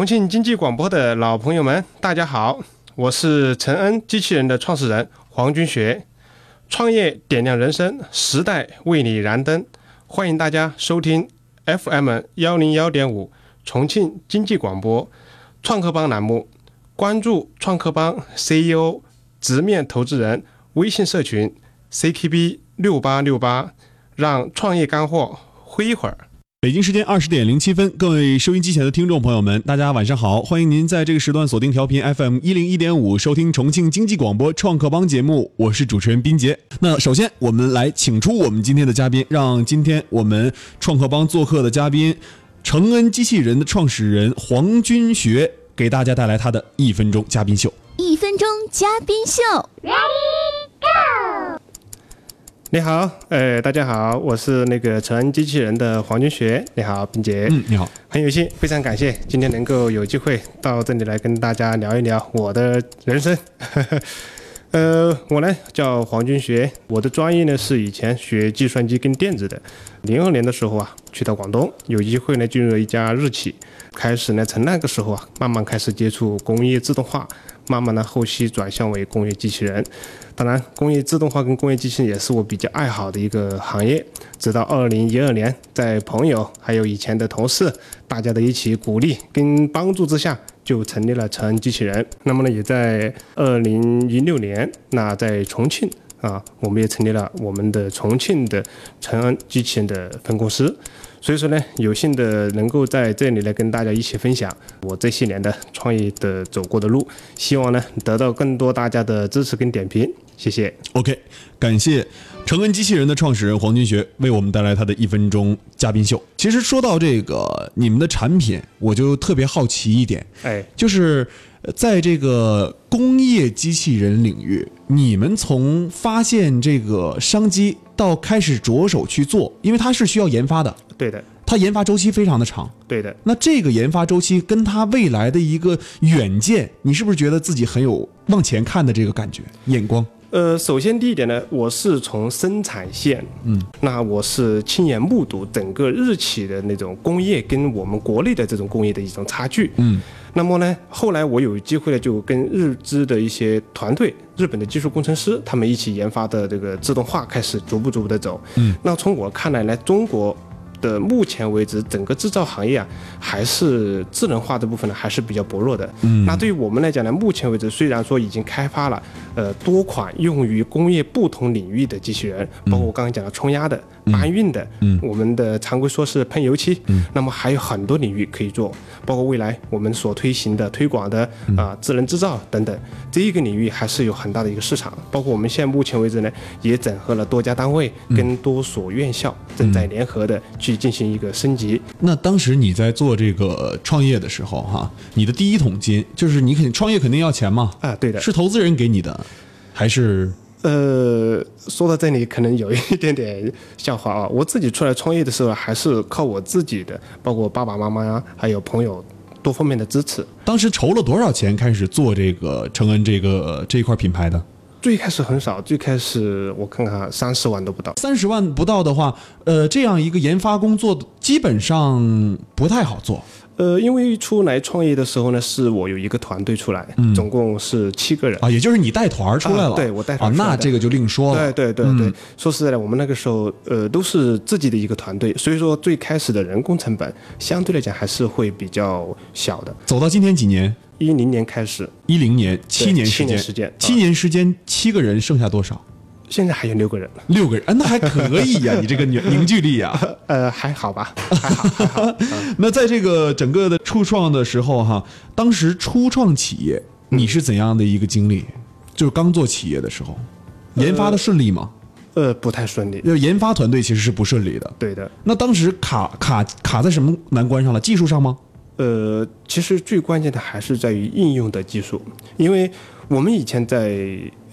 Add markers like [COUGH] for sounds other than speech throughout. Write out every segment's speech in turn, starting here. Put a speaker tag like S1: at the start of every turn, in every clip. S1: 重庆经济广播的老朋友们，大家好，我是陈恩机器人的创始人黄军学。创业点亮人生，时代为你燃灯。欢迎大家收听 FM 幺零幺点五重庆经济广播创客帮栏目，关注创客帮 CEO 直面投资人微信社群 CTB 六八六八，让创业干货挥一会儿。
S2: 北京时间二十点零七分，各位收音机前的听众朋友们，大家晚上好！欢迎您在这个时段锁定调频 FM 一零一点五，收听重庆经济广播创客帮节目，我是主持人斌杰。那首先，我们来请出我们今天的嘉宾，让今天我们创客帮做客的嘉宾，成恩机器人的创始人黄军学，给大家带来他的一分钟嘉宾秀。
S3: 一分钟嘉宾秀，
S1: 你好，呃，大家好，我是那个成恩机器人的黄军学。你好，冰姐。
S2: 嗯，你好。
S1: 很有幸，非常感谢今天能够有机会到这里来跟大家聊一聊我的人生。 [LAUGHS] 呃，我呢叫黄军学，我的专业呢是以前学计算机跟电子的。零二年的时候啊，去到广东，有机会呢进入了一家日企，开始呢从那个时候啊，慢慢开始接触工业自动化，慢慢的后期转向为工业机器人。当然，工业自动化跟工业机器人也是我比较爱好的一个行业。直到二零一二年，在朋友还有以前的同事大家的一起鼓励跟帮助之下，就成立了成恩机器人。那么呢，也在二零一六年，那在重庆啊，我们也成立了我们的重庆的成恩机器人的分公司。所以说呢，有幸的能够在这里来跟大家一起分享我这些年的创业的走过的路，希望呢得到更多大家的支持跟点评，谢谢。
S2: OK，感谢成恩机器人的创始人黄军学为我们带来他的一分钟嘉宾秀。其实说到这个你们的产品，我就特别好奇一点，
S1: 哎，
S2: 就是呃在这个工业机器人领域，你们从发现这个商机到开始着手去做，因为它是需要研发的，
S1: 对的，
S2: 它研发周期非常的长。
S1: 对的。
S2: 那这个研发周期跟它未来的一个远见，你是不是觉得自己很有往前看的这个感觉眼光？
S1: 呃，首先第一点呢，我是从生产线，嗯，那我是亲眼目睹整个日企的那种工业跟我们国内的这种工业的一种差距，
S2: 嗯，
S1: 那么呢，后来我有机会呢，就跟日资的一些团队，日本的技术工程师，他们一起研发的这个自动化开始逐步逐步的走，
S2: 嗯，
S1: 那从我看来呢，中国。的目前为止，整个制造行业啊，还是智能化这部分呢，还是比较薄弱的。
S2: 嗯
S1: 那对于我们来讲呢，目前为止虽然说已经开发了呃多款用于工业不同领域的机器人，包括我刚刚讲的冲压的、搬运的，
S2: 嗯
S1: 我们的常规说是喷油漆，
S2: 嗯
S1: 那么还有很多领域可以做，包括未来我们所推行的推广的
S2: 嗯
S1: 啊、智能制造等等，这一个领域还是有很大的一个市场。包括我们现在目前为止呢，也整合了多家单位
S2: 嗯
S1: 跟多所院校正在联合的去进行一个升级。
S2: 那当时你在做这个创业的时候，哈，你的第一桶金就是你肯创业肯定要钱嘛，
S1: 啊，对的，
S2: 是投资人给你的，还是
S1: 呃，说到这里可能有一点点笑话啊。我自己出来创业的时候，还是靠我自己的，包括爸爸妈妈呀、还有朋友多方面的支持。
S2: 当时筹了多少钱开始做这个成恩这个呃这一块品牌的？
S1: 最开始很少，最开始我看看三十万都不到。
S2: 三十万不到的话，呃，这样一个研发工作基本上不太好做。
S1: 呃，因为出来创业的时候呢，是我有一个团队出来，总共是七个人。
S2: 啊，也就是你带团儿出来了，
S1: 啊对我带团
S2: 啊
S1: 儿，出来
S2: 那
S1: 的
S2: 这个就另说了。
S1: 对对对对，说实在的，我们那个时候呃都是自己的一个团队，所以说最开始的人工成本相对来讲还是会比较小的。
S2: 走到今天几年？
S1: 一零年开始，
S2: 一零年，七年时
S1: 七
S2: 间，
S1: 年时间啊
S2: 七年时间七个人剩下多少？
S1: 现在还有六个人，
S2: 六个人，啊、那还可以呀、你这个凝凝聚力呀、
S1: 呃，还好吧，还好，还好。
S2: 那在这个整个的初创的时候哈，当时初创企业你是怎样的一个经历？就是刚做企业的时候，研发的顺利吗？
S1: 呃，不太顺利。
S2: 就研发团队其实是不顺利的。
S1: 对的，
S2: 那当时卡卡卡在什么难关上了？技术上吗？
S1: 呃，其实最关键的还是在于应用的技术，因为我们以前在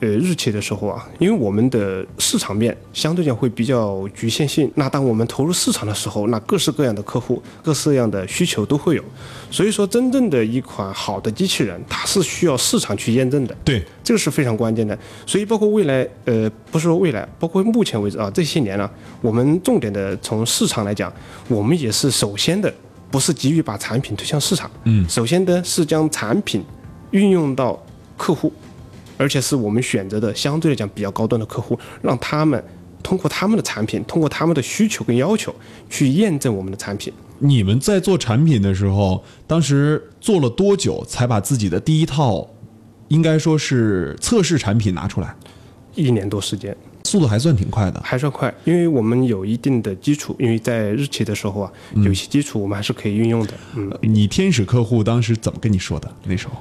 S1: 呃日企的时候啊，因为我们的市场面相对讲会比较局限性，那当我们投入市场的时候，那各式各样的客户、各式各样的需求都会有，所以说真正的一款好的机器人，它是需要市场去验证的。
S2: 对，
S1: 这个是非常关键的。所以包括未来，呃，不是说未来，包括目啊前为止啊，这些年呢、我们重点的从市场来讲，我们也是首先的不是急于把产品推向市场，
S2: 嗯
S1: 首先呢是将产品运用到客户，而且是我们选择的相对来讲比较高端的客户，让他们通过他们的产品，通过他们的需求跟要求去验证我们的产品。
S2: 你们在做产品的时候，当时做了多久才把自己的第一套，应该说是测试产品拿出来？
S1: 一年多时间
S2: 速度还算挺快的。
S1: 还算快，因为我们有一定的基础，因为在日期的时候啊，有一些基础我们还是可以运用的。嗯，
S2: 你天使客户当时怎么跟你说的？那时候，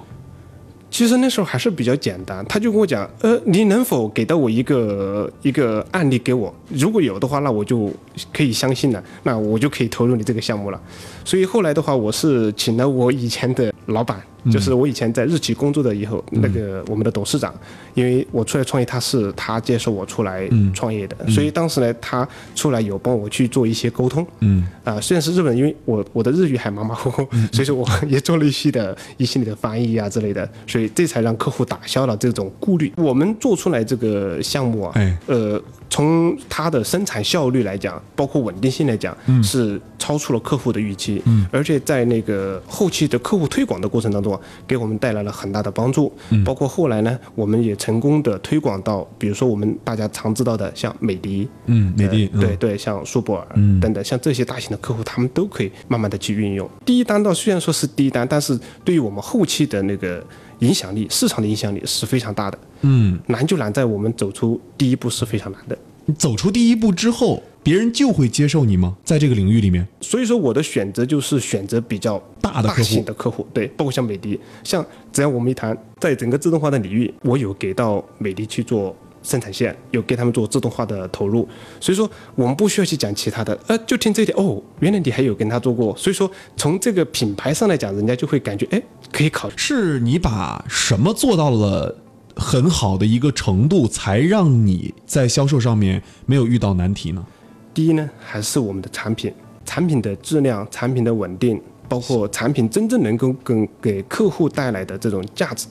S1: 其实那时候还是比较简单，他就跟我讲，呃，你能否给到我一个一个案例给我？如果有的话，那我就可以相信了，那我就可以投入你这个项目了。所以后来的话，我是请了我以前的老板，就是我以前在日企工作的以后、那个我们的董事长，因为我出来创业，他是他接受我出来
S2: 嗯
S1: 创业的，所以当时呢，他出来有帮我去做一些沟通，
S2: 嗯，
S1: 啊，虽然是日本，因为我我的日语还马马虎虎， [LAUGHS] 所以说我也做了一些的一系列的翻译啊之类的，所以这才让客户打消了这种顾虑。我们做出来这个项目啊，
S2: 哎
S1: 呃，从它的生产效率来讲，包括稳定性来讲，是超出了客户的预期，而且在那个后期的客户推广的过程当中啊，给我们带来了很大的帮助，包括后来呢，我们也成功的推广到，比如说我们大家常知道的像美的，
S2: 嗯，美的，
S1: 呃对
S2: 嗯，
S1: 对，像苏泊尔
S2: 嗯
S1: 等等，像这些大型的客户，他们都可以慢慢的去运用。第一单到虽然说是第一单，但是对于我们后期的那个影响力、市场的影响力是非常大的。
S2: 嗯，
S1: 难就难在我们走出第一步是非常难的。
S2: 你走出第一步之后，别人就会接受你吗？在这个领域里面，
S1: 所以说我的选择就是选择比较
S2: 大的客户
S1: 大型的客户，对，包括像美的，像只要我们一谈，在整个自动化的领域，我有给到美的去做生产线，有给他们做自动化的投入，所以说我们不需要去讲其他的，呃，就听这一点，哦，原来你还有跟他做过，所以说从这个品牌上来讲，人家就会感觉，哎，可以考虑。
S2: 是你把什么做到了很好的一个程度，才让你在销售上面没有遇到难题呢？
S1: 第一呢，还是我们的产品，产品的质量、产品的稳定，包括产品真正能够跟给客户带来的这种价值。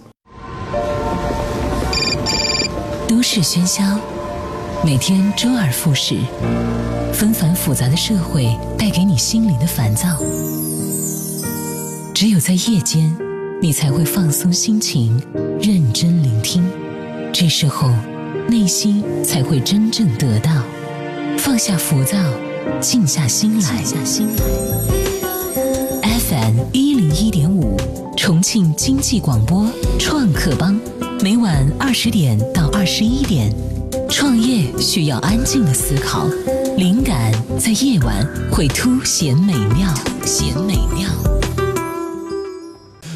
S4: 都市喧嚣，每天周而复始，纷繁复杂的社会带给你心灵的烦躁。只有在夜间，你才会放松心情，认真聆听。这时候，内心才会真正得到放下浮躁，静下心来。静下心来。FM 一零一点五，重庆经济广播创客帮，每晚二十点到二十一点。创业需要安静的思考，灵感在夜晚会凸显美妙，凸显美妙。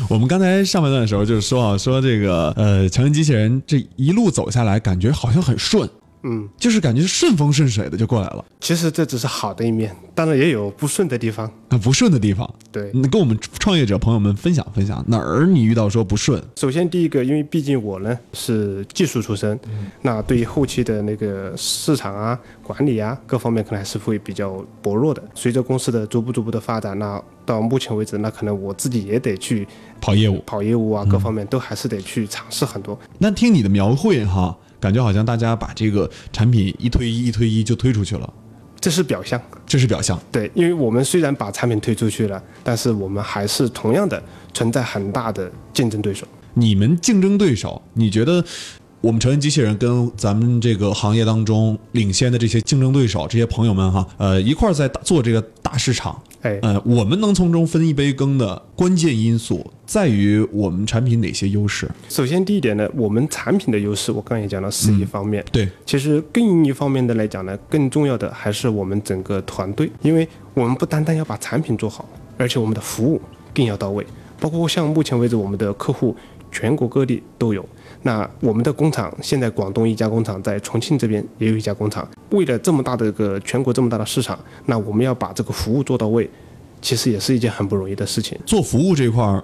S2: 我们刚才上半段的时候就是说啊，说这个呃，强人机器人这一路走下来，感觉好像很顺，
S1: 嗯，
S2: 就是感觉顺风顺水的就过来了。
S1: 其实这只是好的一面，当然也有不顺的地方。
S2: 啊，不顺的地方，
S1: 对
S2: 你跟我们创业者朋友们分享分享，哪儿你遇到说不顺？
S1: 首先第一个，因为毕竟我呢是技术出身，那对于后期的那个市场啊、管理啊各方面，可能还是会比较薄弱的。随着公司的逐步逐步的发展，那到目前为止，那可能我自己也得去
S2: 跑业务。
S1: 跑业务啊，各方面都还是得去尝试很多。
S2: 那听你的描绘哈，感觉好像大家把这个产品一推一、一推一就推出去了，
S1: 这是表象，
S2: 这是表象。
S1: 对，因为我们虽然把产品推出去了，但是我们还是同样的存在很大的竞争对手。
S2: 你们竞争对手，你觉得我们成人机器人跟咱们这个行业当中领先的这些竞争对手，这些朋友们哈，呃，一块儿在大做这个大市场，
S1: 哎，
S2: 呃，我们能从中分一杯羹的关键因素在于我们产品哪些优势？
S1: 首先第一点呢，我们产品的优势，我刚才也讲了是一方面，
S2: 对，
S1: 其实更一方面的来讲呢，更重要的还是我们整个团队，因为我们不单单要把产品做好，而且我们的服务更要到位。包括像目前为止，我们的客户全国各地都有。那我们的工厂现在广东一家工厂，在重庆这边也有一家工厂。为了这么大的一个全国这么大的市场，那我们要把这个服务做到位，其实也是一件很不容易的事情。
S2: 做服务这块儿，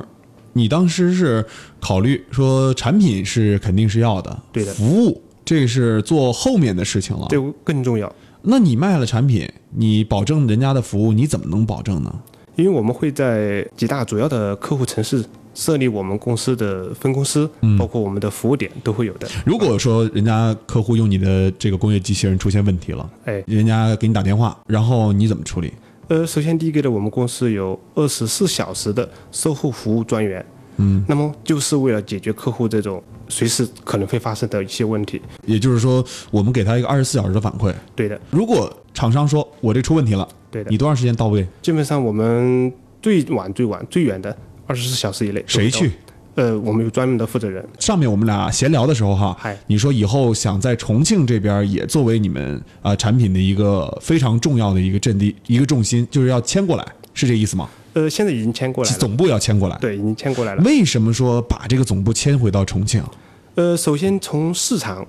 S2: 你当时是考虑说产品是肯定是要的，
S1: 对的
S2: 服务这是做后面的事情了。
S1: 这，更重要，
S2: 那你卖了产品，你保证人家的服务，你怎么能保证呢？
S1: 因为我们会在几大主要的客户城市设立我们公司的分公司，
S2: 嗯
S1: 包括我们的服务点都会有的。
S2: 如果说人家客户用你的这个工业机器人出现问题了，
S1: 哎，
S2: 人家给你打电话，然后你怎么处理？
S1: 呃，首先第一个呢，我们公司有二十四小时的售后服务专员，嗯，那么就是为了解决客户这种随时可能会发生的一些问题。
S2: 也就是说，我们给他一个二十四小时的反馈。
S1: 对的，
S2: 如果厂商说我这出问题了，
S1: 对的
S2: 你多长时间到位？
S1: 基本上我们最晚最晚最远的二十四小时以内。
S2: 谁去？？
S1: 呃，我们有专门的负责人。
S2: 上面我们俩闲聊的时候哈
S1: 嗨，
S2: 你说以后想在重庆这边也作为你们啊、呃产品的一个非常重要的一个阵地、一个重心，就是要迁过来，是这意思吗？
S1: 呃，现在已经迁过来了，
S2: 总部要迁过来。
S1: 对，已经迁过来了。
S2: 为什么说把这个总部迁回到重庆？
S1: 呃，首先从市场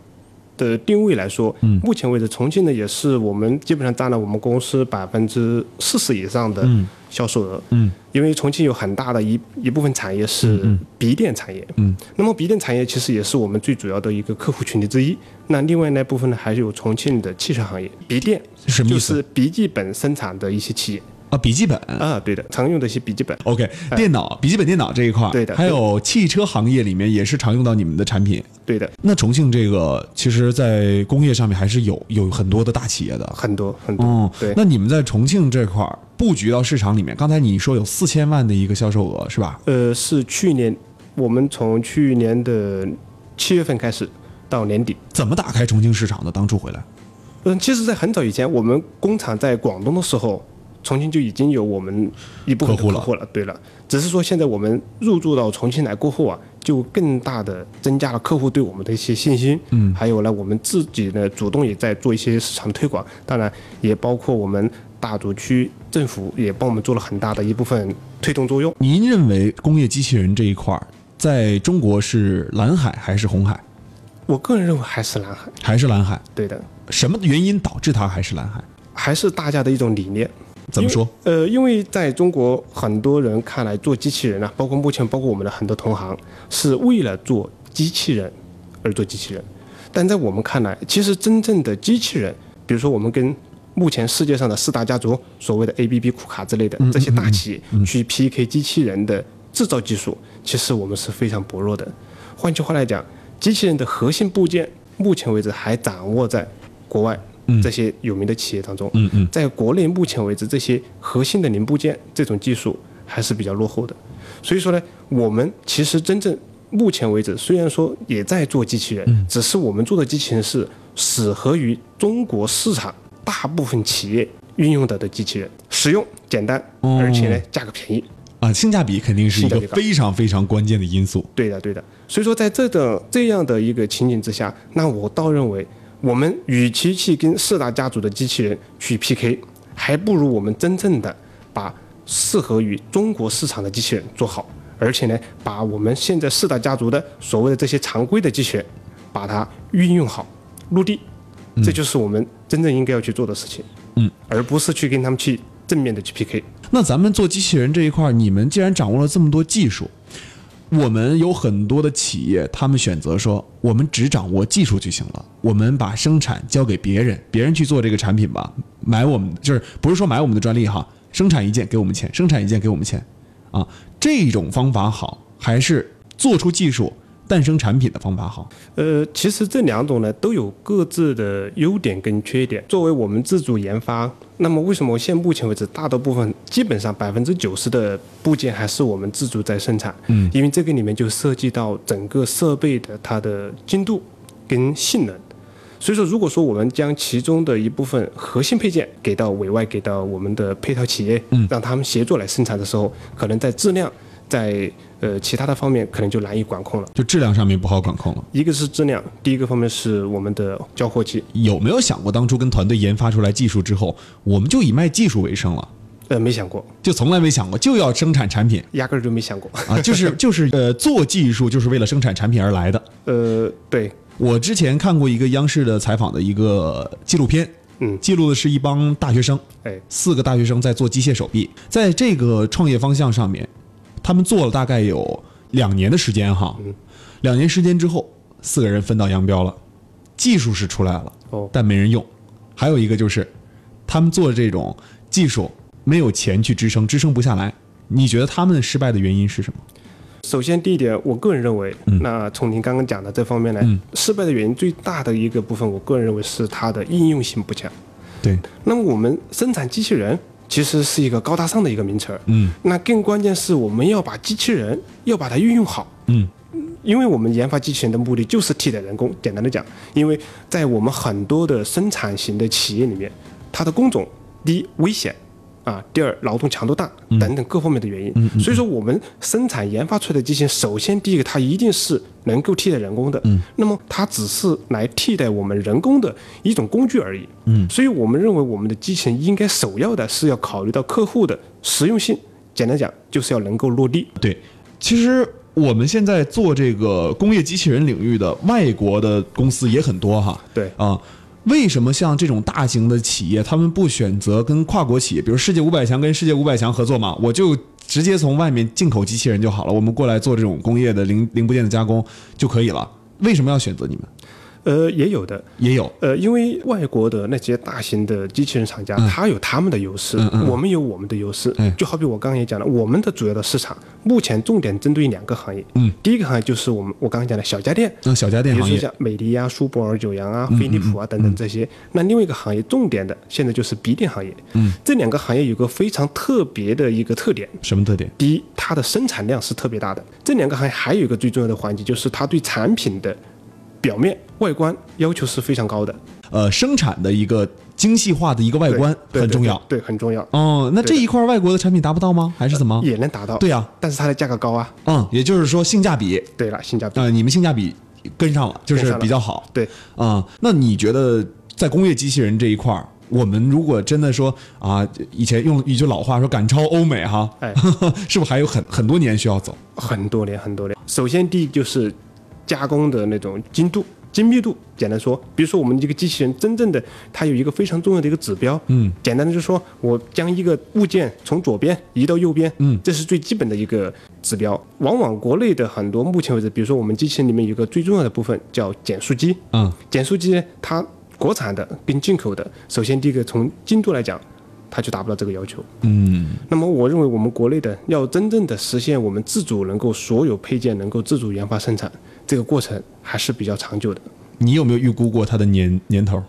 S1: 的定位来说，
S2: 嗯
S1: 目前为止，重庆呢也是我们基本上占了我们公司百分之四十以上的销售额。
S2: 嗯，
S1: 因为重庆有很大的一一部分产业是笔电产业。
S2: 嗯，
S1: 那么笔电产业其实也是我们最主要的一个客户群体之一。那另外那部分呢，还有重庆的汽车行业，笔电
S2: 什么意
S1: 就
S2: 思
S1: 是笔记本生产的一些企业
S2: 啊，笔记本。
S1: 啊，对的，常用的一些笔记本。
S2: OK，电脑、笔记本电脑这一块儿，
S1: 哎对的
S2: 还有汽车行业里面也是常用到你们的产品。
S1: 对的，
S2: 那重庆这个，其实，在工业上面还是有有很多的大企业的。
S1: 很多很多。
S2: 哦，
S1: 对
S2: 那你们在重庆这块儿布局到市场里面，刚才你说有四千万的一个销售额是吧？
S1: 呃，是去年，我们从去年的七月份开始到年底。
S2: 怎么打开重庆市场的？当初回来，
S1: 嗯，其实，在很早以前，我们工厂在广东的时候，重庆就已经有我们一部分的
S2: 客户了
S1: 客户了。对了，只是说现在我们入驻到重庆来过后啊，就更大的增加了客户对我们的一些信心。嗯，还有呢，我们自己呢主动也在做一些市场推广，当然也包括我们大竹区政府也帮我们做了很大的一部分推动作用。
S2: 您认为工业机器人这一块儿，在中国是蓝海还是红海？
S1: 我个人认为还是蓝海，
S2: 还是蓝海？
S1: 对的。
S2: 什么原因导致它还是蓝海？
S1: 还是大家的一种理念。
S2: 怎么说？
S1: 呃，因为在中国很多人看来，做机器人啊，包括目前包括我们的很多同行，是为了做机器人而做机器人。但在我们看来，其实真正的机器人，比如说我们跟目前世界上的四大家族，所谓的 ABB、库卡之类
S2: 嗯
S1: 的这些大企业、去 PK 机器人的制造技术，其实我们是非常薄弱的。换句话来讲，机器人的核心部件，目前为止还掌握在国外这些有名的企业当中。
S2: 嗯嗯，
S1: 在国内目前为止，这些核心的零部件这种技术还是比较落后的。所以说呢，我们其实真正目前为止，虽然说也在做机器人，只是我们做的机器人是适合于中国市场大部分企业运用的的机器人，实用、简单，
S2: 哦
S1: 而且呢价格便宜。
S2: 啊，性价比肯定是一个
S1: 性价比高
S2: 非常非常关键的因素。
S1: 对的，对的。所以说，在这种这样的一个情景之下，那我倒认为，我们与其去跟四大家族的机器人去 PK，还不如我们真正的把适合于中国市场的机器人做好，而且呢，把我们现在四大家族的所谓的这些常规的机器人，把它运用好落地，这就是我们真正应该要去做的事情。
S2: 嗯，
S1: 而不是去跟他们去正面的去 PK。
S2: 那咱们做机器人这一块儿，你们既然掌握了这么多技术，我们有很多的企业，他们选择说，我们只掌握技术就行了，我们把生产交给别人，别人去做这个产品吧，买我们就是不是说买我们的专利哈，生产一件给我们钱，生产一件给我们钱，啊，这种方法好，还是做出技术诞生产品的方法好？
S1: 呃，其实这两种呢都有各自的优点跟缺点。作为我们自主研发，那么为什么现目前为止，大多部分基本上百分之九十的部件还是我们自主在生产？嗯，因为这个里面就涉及到整个设备的它的精度跟性能。所以说，如果说我们将其中的一部分核心配件给到委外，给到我们的配套企业，让他们协作来生产的时候，可能在质量，在呃其他的方面可能就难以管控了。
S2: 就质量上面不好管控了。
S1: 一个是质量，第一个方面是我们的交货期，
S2: 有没有想过，当初跟团队研发出来技术之后，我们就以卖技术为生了？
S1: 呃，没想过，
S2: 就从来没想过就要生产产品
S1: 压根儿就没想过。 [LAUGHS]
S2: 啊，就是就是呃做技术就是为了生产产品而来的。
S1: 呃，对，
S2: 我之前看过一个央视的采访的一个纪录片，
S1: 嗯
S2: 记录的是一帮大学生，
S1: 哎，
S2: 四个大学生在做机械手臂，在这个创业方向上面，他们做了大概有两年的时间哈，两年时间之后，四个人分道扬镳了，技术是出来了，
S1: 哦，
S2: 但没人用。还有一个就是，他们做这种技术没有钱去支撑，支撑不下来。你觉得他们失败的原因是什么？
S1: 首先第一点，我个人认为，那从您刚刚讲的这方面来，失败的原因最大的一个部分，我个人认为是它的应用性不强。
S2: 对，
S1: 那么我们生产机器人，其实是一个高大上的一个名词儿。
S2: 嗯
S1: 那更关键是我们要把机器人要把它运用好，
S2: 嗯
S1: 因为我们研发机器人的目的就是替代人工。简单的讲，因为在我们很多的生产型的企业里面，它的工种第一危险。啊，第二，劳动强度大等等各方面的原因，所以说我们生产研发出来的机器人，首先第一个它一定是能够替代人工的，那么它只是来替代我们人工的一种工具而已，
S2: 嗯
S1: 所以我们认为我们的机器人应该首要的是要考虑到客户的实用性，简单讲就是要能够落地，
S2: 对，其实我们现在做这个工业机器人领域的外国的公司也很多哈。
S1: 对
S2: 啊。为什么像这种大型的企业，他们不选择跟跨国企业，比如世界五百强跟世界五百强合作嘛？我就直接从外面进口机器人就好了，我们过来做这种工业的零零部件的加工就可以了。为什么要选择你们？
S1: 呃，也有的，
S2: 也有，
S1: 呃，因为外国的那些大型的机器人厂家，
S2: 嗯
S1: 它有他们的优势，我们有我们的优势。
S2: 哎
S1: 就好比我刚刚也讲了，我们的主要的市场目前重点针对两个行业。
S2: 嗯，
S1: 第一个行业就是我们我刚刚讲的小家电，
S2: 那小家
S1: 比
S2: 电
S1: 如
S2: 行
S1: 说
S2: 业嗯
S1: 像美的呀、舒泊尔、九阳啊、飞利浦啊等等这些。那另外一个行业重点的现在就是笔电行业。
S2: 嗯，
S1: 这两个行业有个非常特别的一个特点，
S2: 什么特点？
S1: 第一，它的生产量是特别大的。这两个行业还有一个最重要的环节，就是它对产品的表面外观要求是非常高的。
S2: 呃，生产的一个精细化的一个外
S1: 对
S2: 观
S1: 对
S2: 很
S1: 对
S2: 重
S1: 对
S2: 要。
S1: 对，很重要，
S2: 哦，那这
S1: 对的
S2: 一块外国的产品达不到吗？还是怎么？
S1: 也能达到。
S2: 啊对呀
S1: 但是它的价格高啊。
S2: 嗯，也就是说性价比，
S1: 对了，性价比。
S2: 呃，你们性价比跟上了，就
S1: 跟
S2: 是
S1: 上了
S2: 比较好。
S1: 对，
S2: 啊、那你觉得在工业机器人这一块儿，我们如果真的说啊，以前用一句老话说赶超欧美哈，
S1: 哎
S2: [LAUGHS] 是不是还有很很多年需要走？
S1: 很多年很多年。首先，第一就是加工的那种精度、精密度。简单说，比如说我们这个机器人真正的它有一个非常重要的一个指标，
S2: 嗯，
S1: 简单的就是说我将一个物件从左边移到右边，
S2: 嗯
S1: 这是最基本的一个指标。往往国内的很多目前为止，比如说我们机器人里面有一个最重要的部分叫减速机，
S2: 嗯，
S1: 减速机呢它国产的跟进口的，首先第一个从精度来讲，它就达不到这个要求。
S2: 嗯，
S1: 那么我认为我们国内的要真正的实现我们自主能够所有配件能够自主研发生产，这个过程还是比较长久的。
S2: 你有没有预估过它的年年头？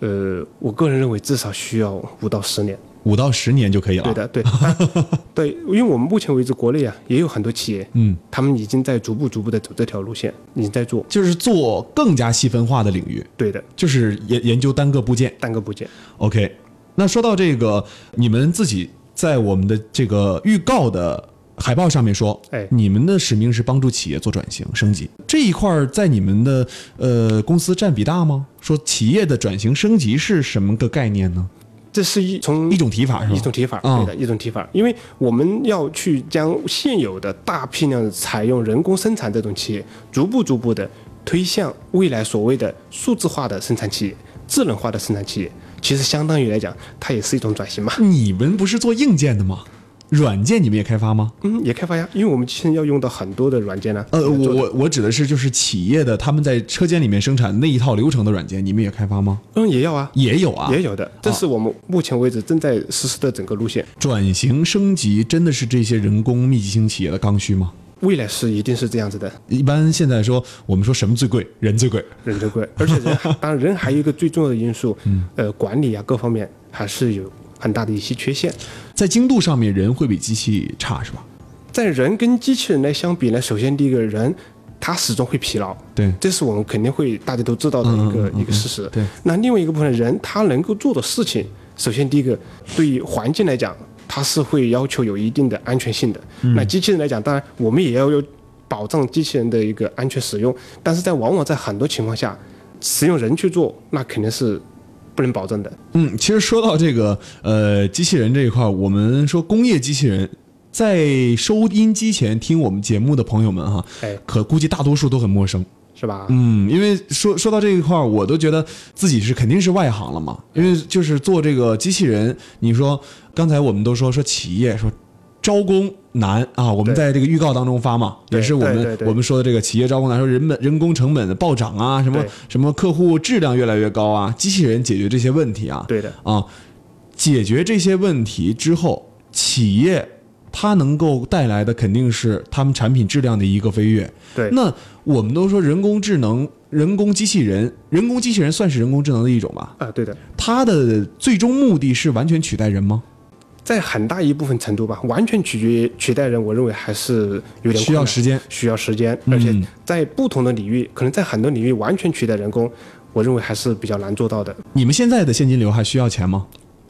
S1: 呃，我个人认为至少需要五到十年。
S2: 五到十年就可以了。
S1: 对，的，对，啊 [LAUGHS] 对，因为我们目前为止国内啊也有很多企业，
S2: 嗯，
S1: 他们已经在逐步逐步的走这条路线，已经在做。
S2: 就是做更加细分化的领域，
S1: 对的，
S2: 就是研研究单个部件。
S1: 单个部件。
S2: OK，那说到这个，你们自己在我们的这个预告的海报上面说，
S1: 哎
S2: 你们的使命是帮助企业做转型升级这一块，儿，在你们的呃公司占比大吗？说企业的转型升级是什么个概念呢？
S1: 这是一从
S2: 一种提法是吧？
S1: 一种提法，
S2: 嗯
S1: 对的，一种提法。因为我们要去将现有的大批量采用人工生产这种企业，逐步逐步的推向未来所谓的数字化的生产企业、智能化的生产企业。其实相当于来讲，它也是一种转型嘛。 [LAUGHS]
S2: 你们不是做硬件的吗？软件你们也开发吗？
S1: 嗯，也开发呀，因为我们现在要用到很多的软件啊呢。
S2: 呃，
S1: 来
S2: 我
S1: 做的
S2: 我我指的是就是企业的他们在车间里面生产那一套流程的软件，你们也开发吗？
S1: 嗯也要啊，
S2: 也有啊，
S1: 也有的，这是我们目前为止正在实施的整个路线。
S2: 转型升级真的是这些人工密集型企业的刚需吗？
S1: 未来是一定是这样子的，
S2: 一般现在说我们说什么最贵，人最贵。
S1: 人最贵，而且人还当然人还有一个最重要的因素，呃，管理啊各方面还是有很大的一些缺陷。
S2: 在精度上面，人会比机器差是吧？
S1: 在人跟机器人来相比呢，首先第一个人他始终会疲劳，
S2: 对嗯
S1: 这是我们肯定会大家都知道的一个、一个事实。
S2: 对，
S1: 那另外一个部分，人他能够做的事情，首先第一个对于环境来讲，它是会要求有一定的安全性的。
S2: 嗯
S1: 那机器人来讲，当然我们也要有保障机器人的一个安全使用，但是在往往在很多情况下，使用人去做，那肯定是不能保证的。
S2: 嗯，其实说到这个呃机器人这一块儿，我们说工业机器人，在收音机前听我们节目的朋友们哈，
S1: 哎
S2: 可估计大多数都很陌生。
S1: 是吧？
S2: 嗯，因为说说到这一块儿，我都觉得自己是肯定是外行了嘛。因为就是做这个机器人，你说刚才我们都说说企业说招工难啊，我
S1: 对
S2: 们在这个预告当中发嘛，也
S1: 对
S2: 是我
S1: 对
S2: 们
S1: 对对
S2: 我们说的这个企业招工难，说人本人工成本的暴涨啊，什么
S1: 对
S2: 什么客户质量越来越高啊，机器人解决这些问题啊，
S1: 对的，
S2: 啊，解决这些问题之后，企业它能够带来的肯定是他们产品质量的一个飞跃。
S1: 对
S2: 那我们都说人工智能、人工机器人、人工机器人算是人工智能的一种吧？
S1: 啊，对的。
S2: 它的最终目的是完全取代人吗？
S1: 在很大一部分程度吧，完全取决取代人，我认为还是有点困难
S2: 需要时间嗯
S1: 需要时间，而且在不同的领域，可能在很多领域完全取代人工，我认为还是比较难做到的。
S2: 你们现在的现金流还需要钱吗？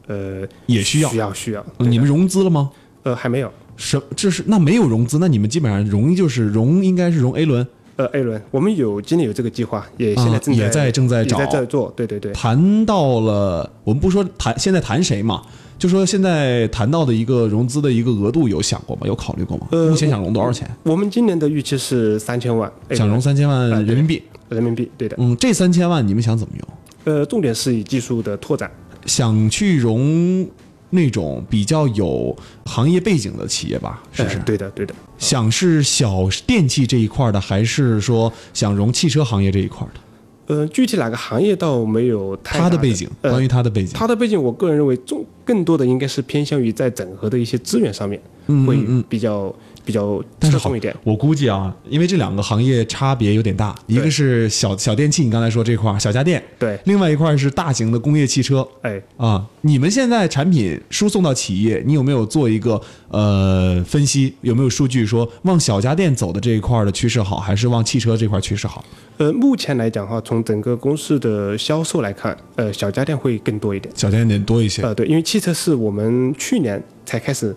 S1: 呃，
S2: 也需要
S1: 需要需要，对
S2: 你
S1: 的
S2: 们融资了吗？
S1: 呃还没有，
S2: 什这是那没有融资，那你们基本上融就是融，应该是融 A 轮，
S1: 呃 A 轮，我们有今年有这个计划，也现在
S2: 啊
S1: 正在、
S2: 也在正在
S1: 也
S2: 找
S1: 在在做，对对对，
S2: 谈到了，我们不说谈现在谈谁嘛，就说现在谈到的一个融资的一个额度，有想过吗？有考虑过吗？
S1: 呃
S2: 目前想融多少钱？
S1: 我们今年的预期是三千万，A 轮
S2: 想融三千万
S1: 哎对
S2: 人民币。
S1: 人民币，对的，
S2: 嗯，这三千万你们想怎么用？
S1: 呃，重点是以技术的拓展，
S2: 想去融那种比较有行业背景的企业吧？是不是？
S1: 呃对的对的，
S2: 想是小电器这一块的，还是说想融汽车行业这一块的？
S1: 呃，具体哪个行业倒没有太
S2: 他
S1: 大
S2: 的背景，
S1: 呃
S2: 关于他的背景，
S1: 它的背景，我个人认为重更多的应该是偏向于在整合的一些资源上面，
S2: 嗯
S1: 会
S2: 嗯嗯
S1: 比较比较
S2: 但是
S1: 侧
S2: 好
S1: 重一点。
S2: 我估计啊，因为这两个行业差别有点大，一个是小小电器，你刚才说这块儿小家电，
S1: 对，
S2: 另外一块儿是大型的工业汽车
S1: 哎，
S2: 啊。你们现在产品输送到企业，你有没有做一个呃分析？有没有数据说往小家电走的这一块儿的趋势好，还是往汽车这块儿趋势好？
S1: 呃，目前来讲的话，从整个公司的销售来看，呃，小家电会更多一点。
S2: 小家电多一些。
S1: 呃，对，因为汽车是我们去年才开始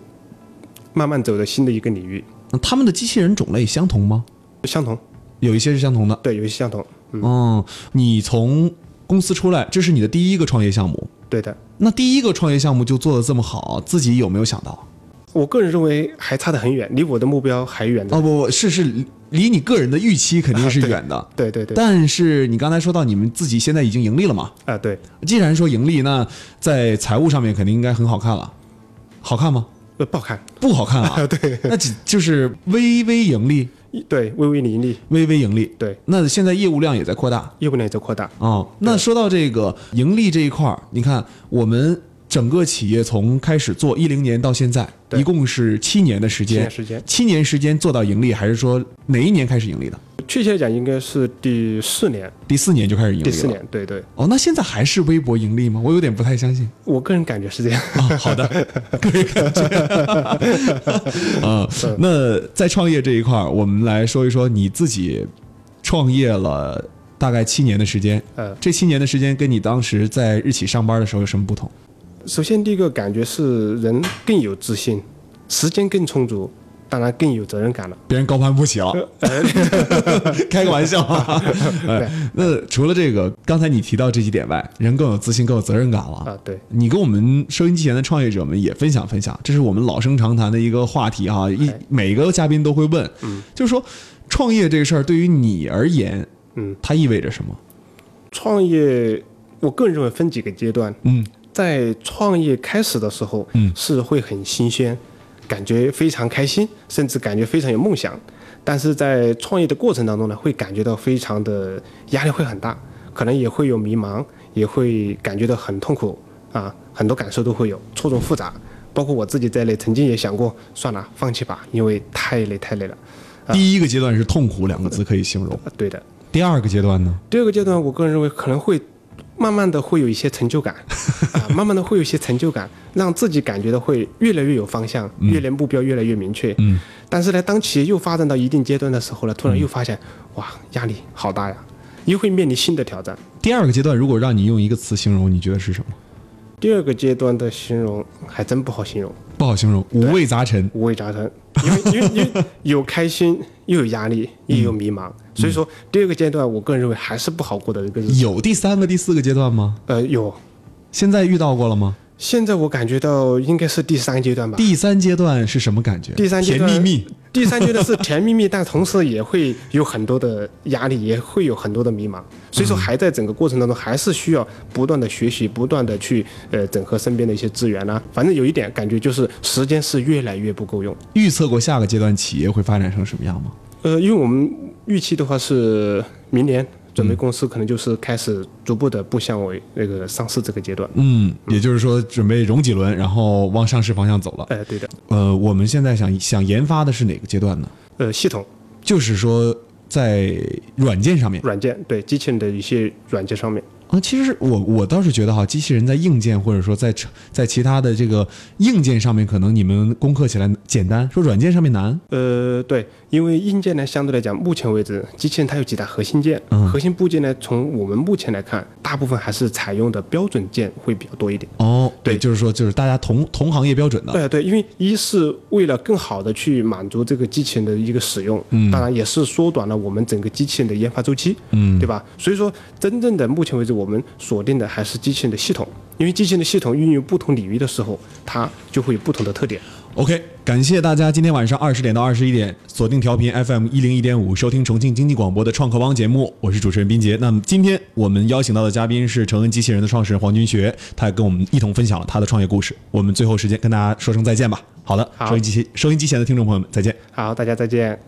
S1: 慢慢走的新的一个领域，
S2: 那他们的机器人种类相同吗？
S1: 相同，
S2: 有一些是相同的。
S1: 对，有一些相同，
S2: 嗯，你从公司出来，这是你的第一个创业项目。
S1: 对的。
S2: 那第一个创业项目就做得这么好，自己有没有想到？
S1: 我个人认为还差得很远，离我的目标还远着。
S2: 哦不不，是是离离你个人的预期肯定是远的。
S1: 对对对，啊、
S2: 但是你刚才说到你们自己现在已经盈利了嘛？
S1: 啊对，
S2: 既然说盈利，那在财务上面肯定应该很好看了，好看吗？
S1: 呃，不好看，
S2: 不
S1: [LAUGHS]
S2: 好看啊。对，那只就是微微盈利，
S1: 一对，微微盈利，
S2: 微微盈利。
S1: 对，
S2: 那现在业务量也在扩大，
S1: 业务量也在扩大。
S2: 哦，那说到这个盈利这一块儿，你看我们整个企业从开始做一零年到现在，
S1: 对
S2: 一共是七年的时
S1: 七
S2: 间，
S1: 年时间
S2: 七年时间做到盈利，还是说哪一年开始盈利的？
S1: 确切来讲，应该是第四年，
S2: 第四年就开始盈利了。
S1: 第四年，对对，
S2: 哦，那现在还是微薄盈利吗？我有点不太相信。
S1: 我个人感觉是这样。 [LAUGHS]
S2: [LAUGHS] 啊，好的，个人感觉。啊，那在创业这一块儿，我们来说一说你自己创业了大概七年的时间。
S1: 呃，
S2: 这七年的时间跟你当时在日企上班的时候有什么不同？
S1: 首先第一个感觉是人更有自信，时间更充足，当然更有责任感了。
S2: 别人高攀不起了， [LAUGHS] 开个玩笑、啊。哎，那除了这个，刚才你提到这几点外，人更有自信，更有责任感了。
S1: 啊，对，
S2: 你跟我们收音机前的创业者们也分享分享，这是我们老生常谈的一个话题哈、一
S1: 哎
S2: 每个嘉宾都会问，就是说创业这个事儿对于你而言，
S1: 嗯，
S2: 它意味着什么？
S1: 创业，我个人认为分几个阶段。
S2: 嗯，
S1: 在创业开始的时候，
S2: 嗯
S1: 是会很新鲜，感觉非常开心，甚至感觉非常有梦想。但是在创业的过程当中呢，会感觉到非常的压力会很大，可能也会有迷茫，也会感觉到很痛苦啊，很多感受都会有，错综复杂。包括我自己在内，曾经也想过，算了，放弃吧，因为太累太累了。
S2: 第一个阶段是痛苦两个字可以形容，
S1: 啊，对的。
S2: 第二个阶段呢？
S1: 第二个阶段，我个人认为可能会慢慢的会有一些成就
S2: [LAUGHS]
S1: 感，啊，慢慢的会有一些成就感，让自己感觉到会越来越有方向，越来目标越来越明确。
S2: 嗯，
S1: 但是呢，当企业又发展到一定阶段的时候呢，突然又发现，哇，压力好大呀，又会面临新的挑战。
S2: 第二个阶段如果让你用一个词形容，你觉得是什么？
S1: 第二个阶段的形容还真不好形容，
S2: 不好形容，五味杂陈。
S1: 五味杂陈，因为因为因为有开心，又有压力，又
S2: 嗯
S1: 有迷茫，所以说第二个阶段，我个人认为还是不好过的一个日子。
S2: 有第三个、第四个阶段吗？
S1: 呃，有，
S2: 现在遇到过了吗？
S1: 现在我感觉到应该是第三阶段吧。
S2: 第三阶段是什么感觉？
S1: 第三阶
S2: 甜
S1: 段
S2: 蜜蜜。
S1: 第三阶段是甜蜜蜜，但同时也会有很多的压力，也会有很多的迷茫。所以说，还在整个过程当中，还是需要不断的学习，不断的去呃整合身边的一些资源啦、反正有一点感觉就是时间是越来越不够用。
S2: 预测过下个阶段企业会发展成什么样吗？
S1: 呃，因为我们预期的话是明年准备公司可能就是开始逐步的步向为那个上市这个阶段。
S2: 嗯，也就是说准备融几轮，然后往上市方向走了。
S1: 哎、对的，
S2: 呃，我们现在想想研发的是哪个阶段呢？
S1: 呃，系统
S2: 就是说在软件上面
S1: 软件对机器人的一些软件上面，
S2: 啊，其实是我我倒是觉得哈，机器人在硬件或者说在在其他的这个硬件上面，可能你们攻克起来简单，说软件上面难。
S1: 呃，对，因为硬件呢，相对来讲，目前为止，机器人它有几大核心件，核心部件呢，从我们目前来看，大部分还是采用的标准件会比较多一点。
S2: 哦，
S1: 对
S2: 也就是说就是大家同同行业标准的。
S1: 对对，因为一是为了更好的去满足这个机器人的一个使用，嗯，当然也是缩短了我们整个机器人的研发周期，嗯，对吧？所以说，真正的目前为止，我们锁定的还是机器人的系统，因为机器人的系统运用不同领域的时候，它就会有不同的特点。
S2: OK，感谢大家今天晚上二十点到二十一点锁定调频 FM 一零一点五，收听重庆经济广播的创客帮节目，我是主持人斌杰。那么今天我们邀请到的嘉宾是成恩机器人的创始人黄军学，他也跟我们一同分享了他的创业故事。我们最后时间跟大家说声再见吧。好的，
S1: 好
S2: 收音机器收音机前的听众朋友们，再见。
S1: 好，大家再见。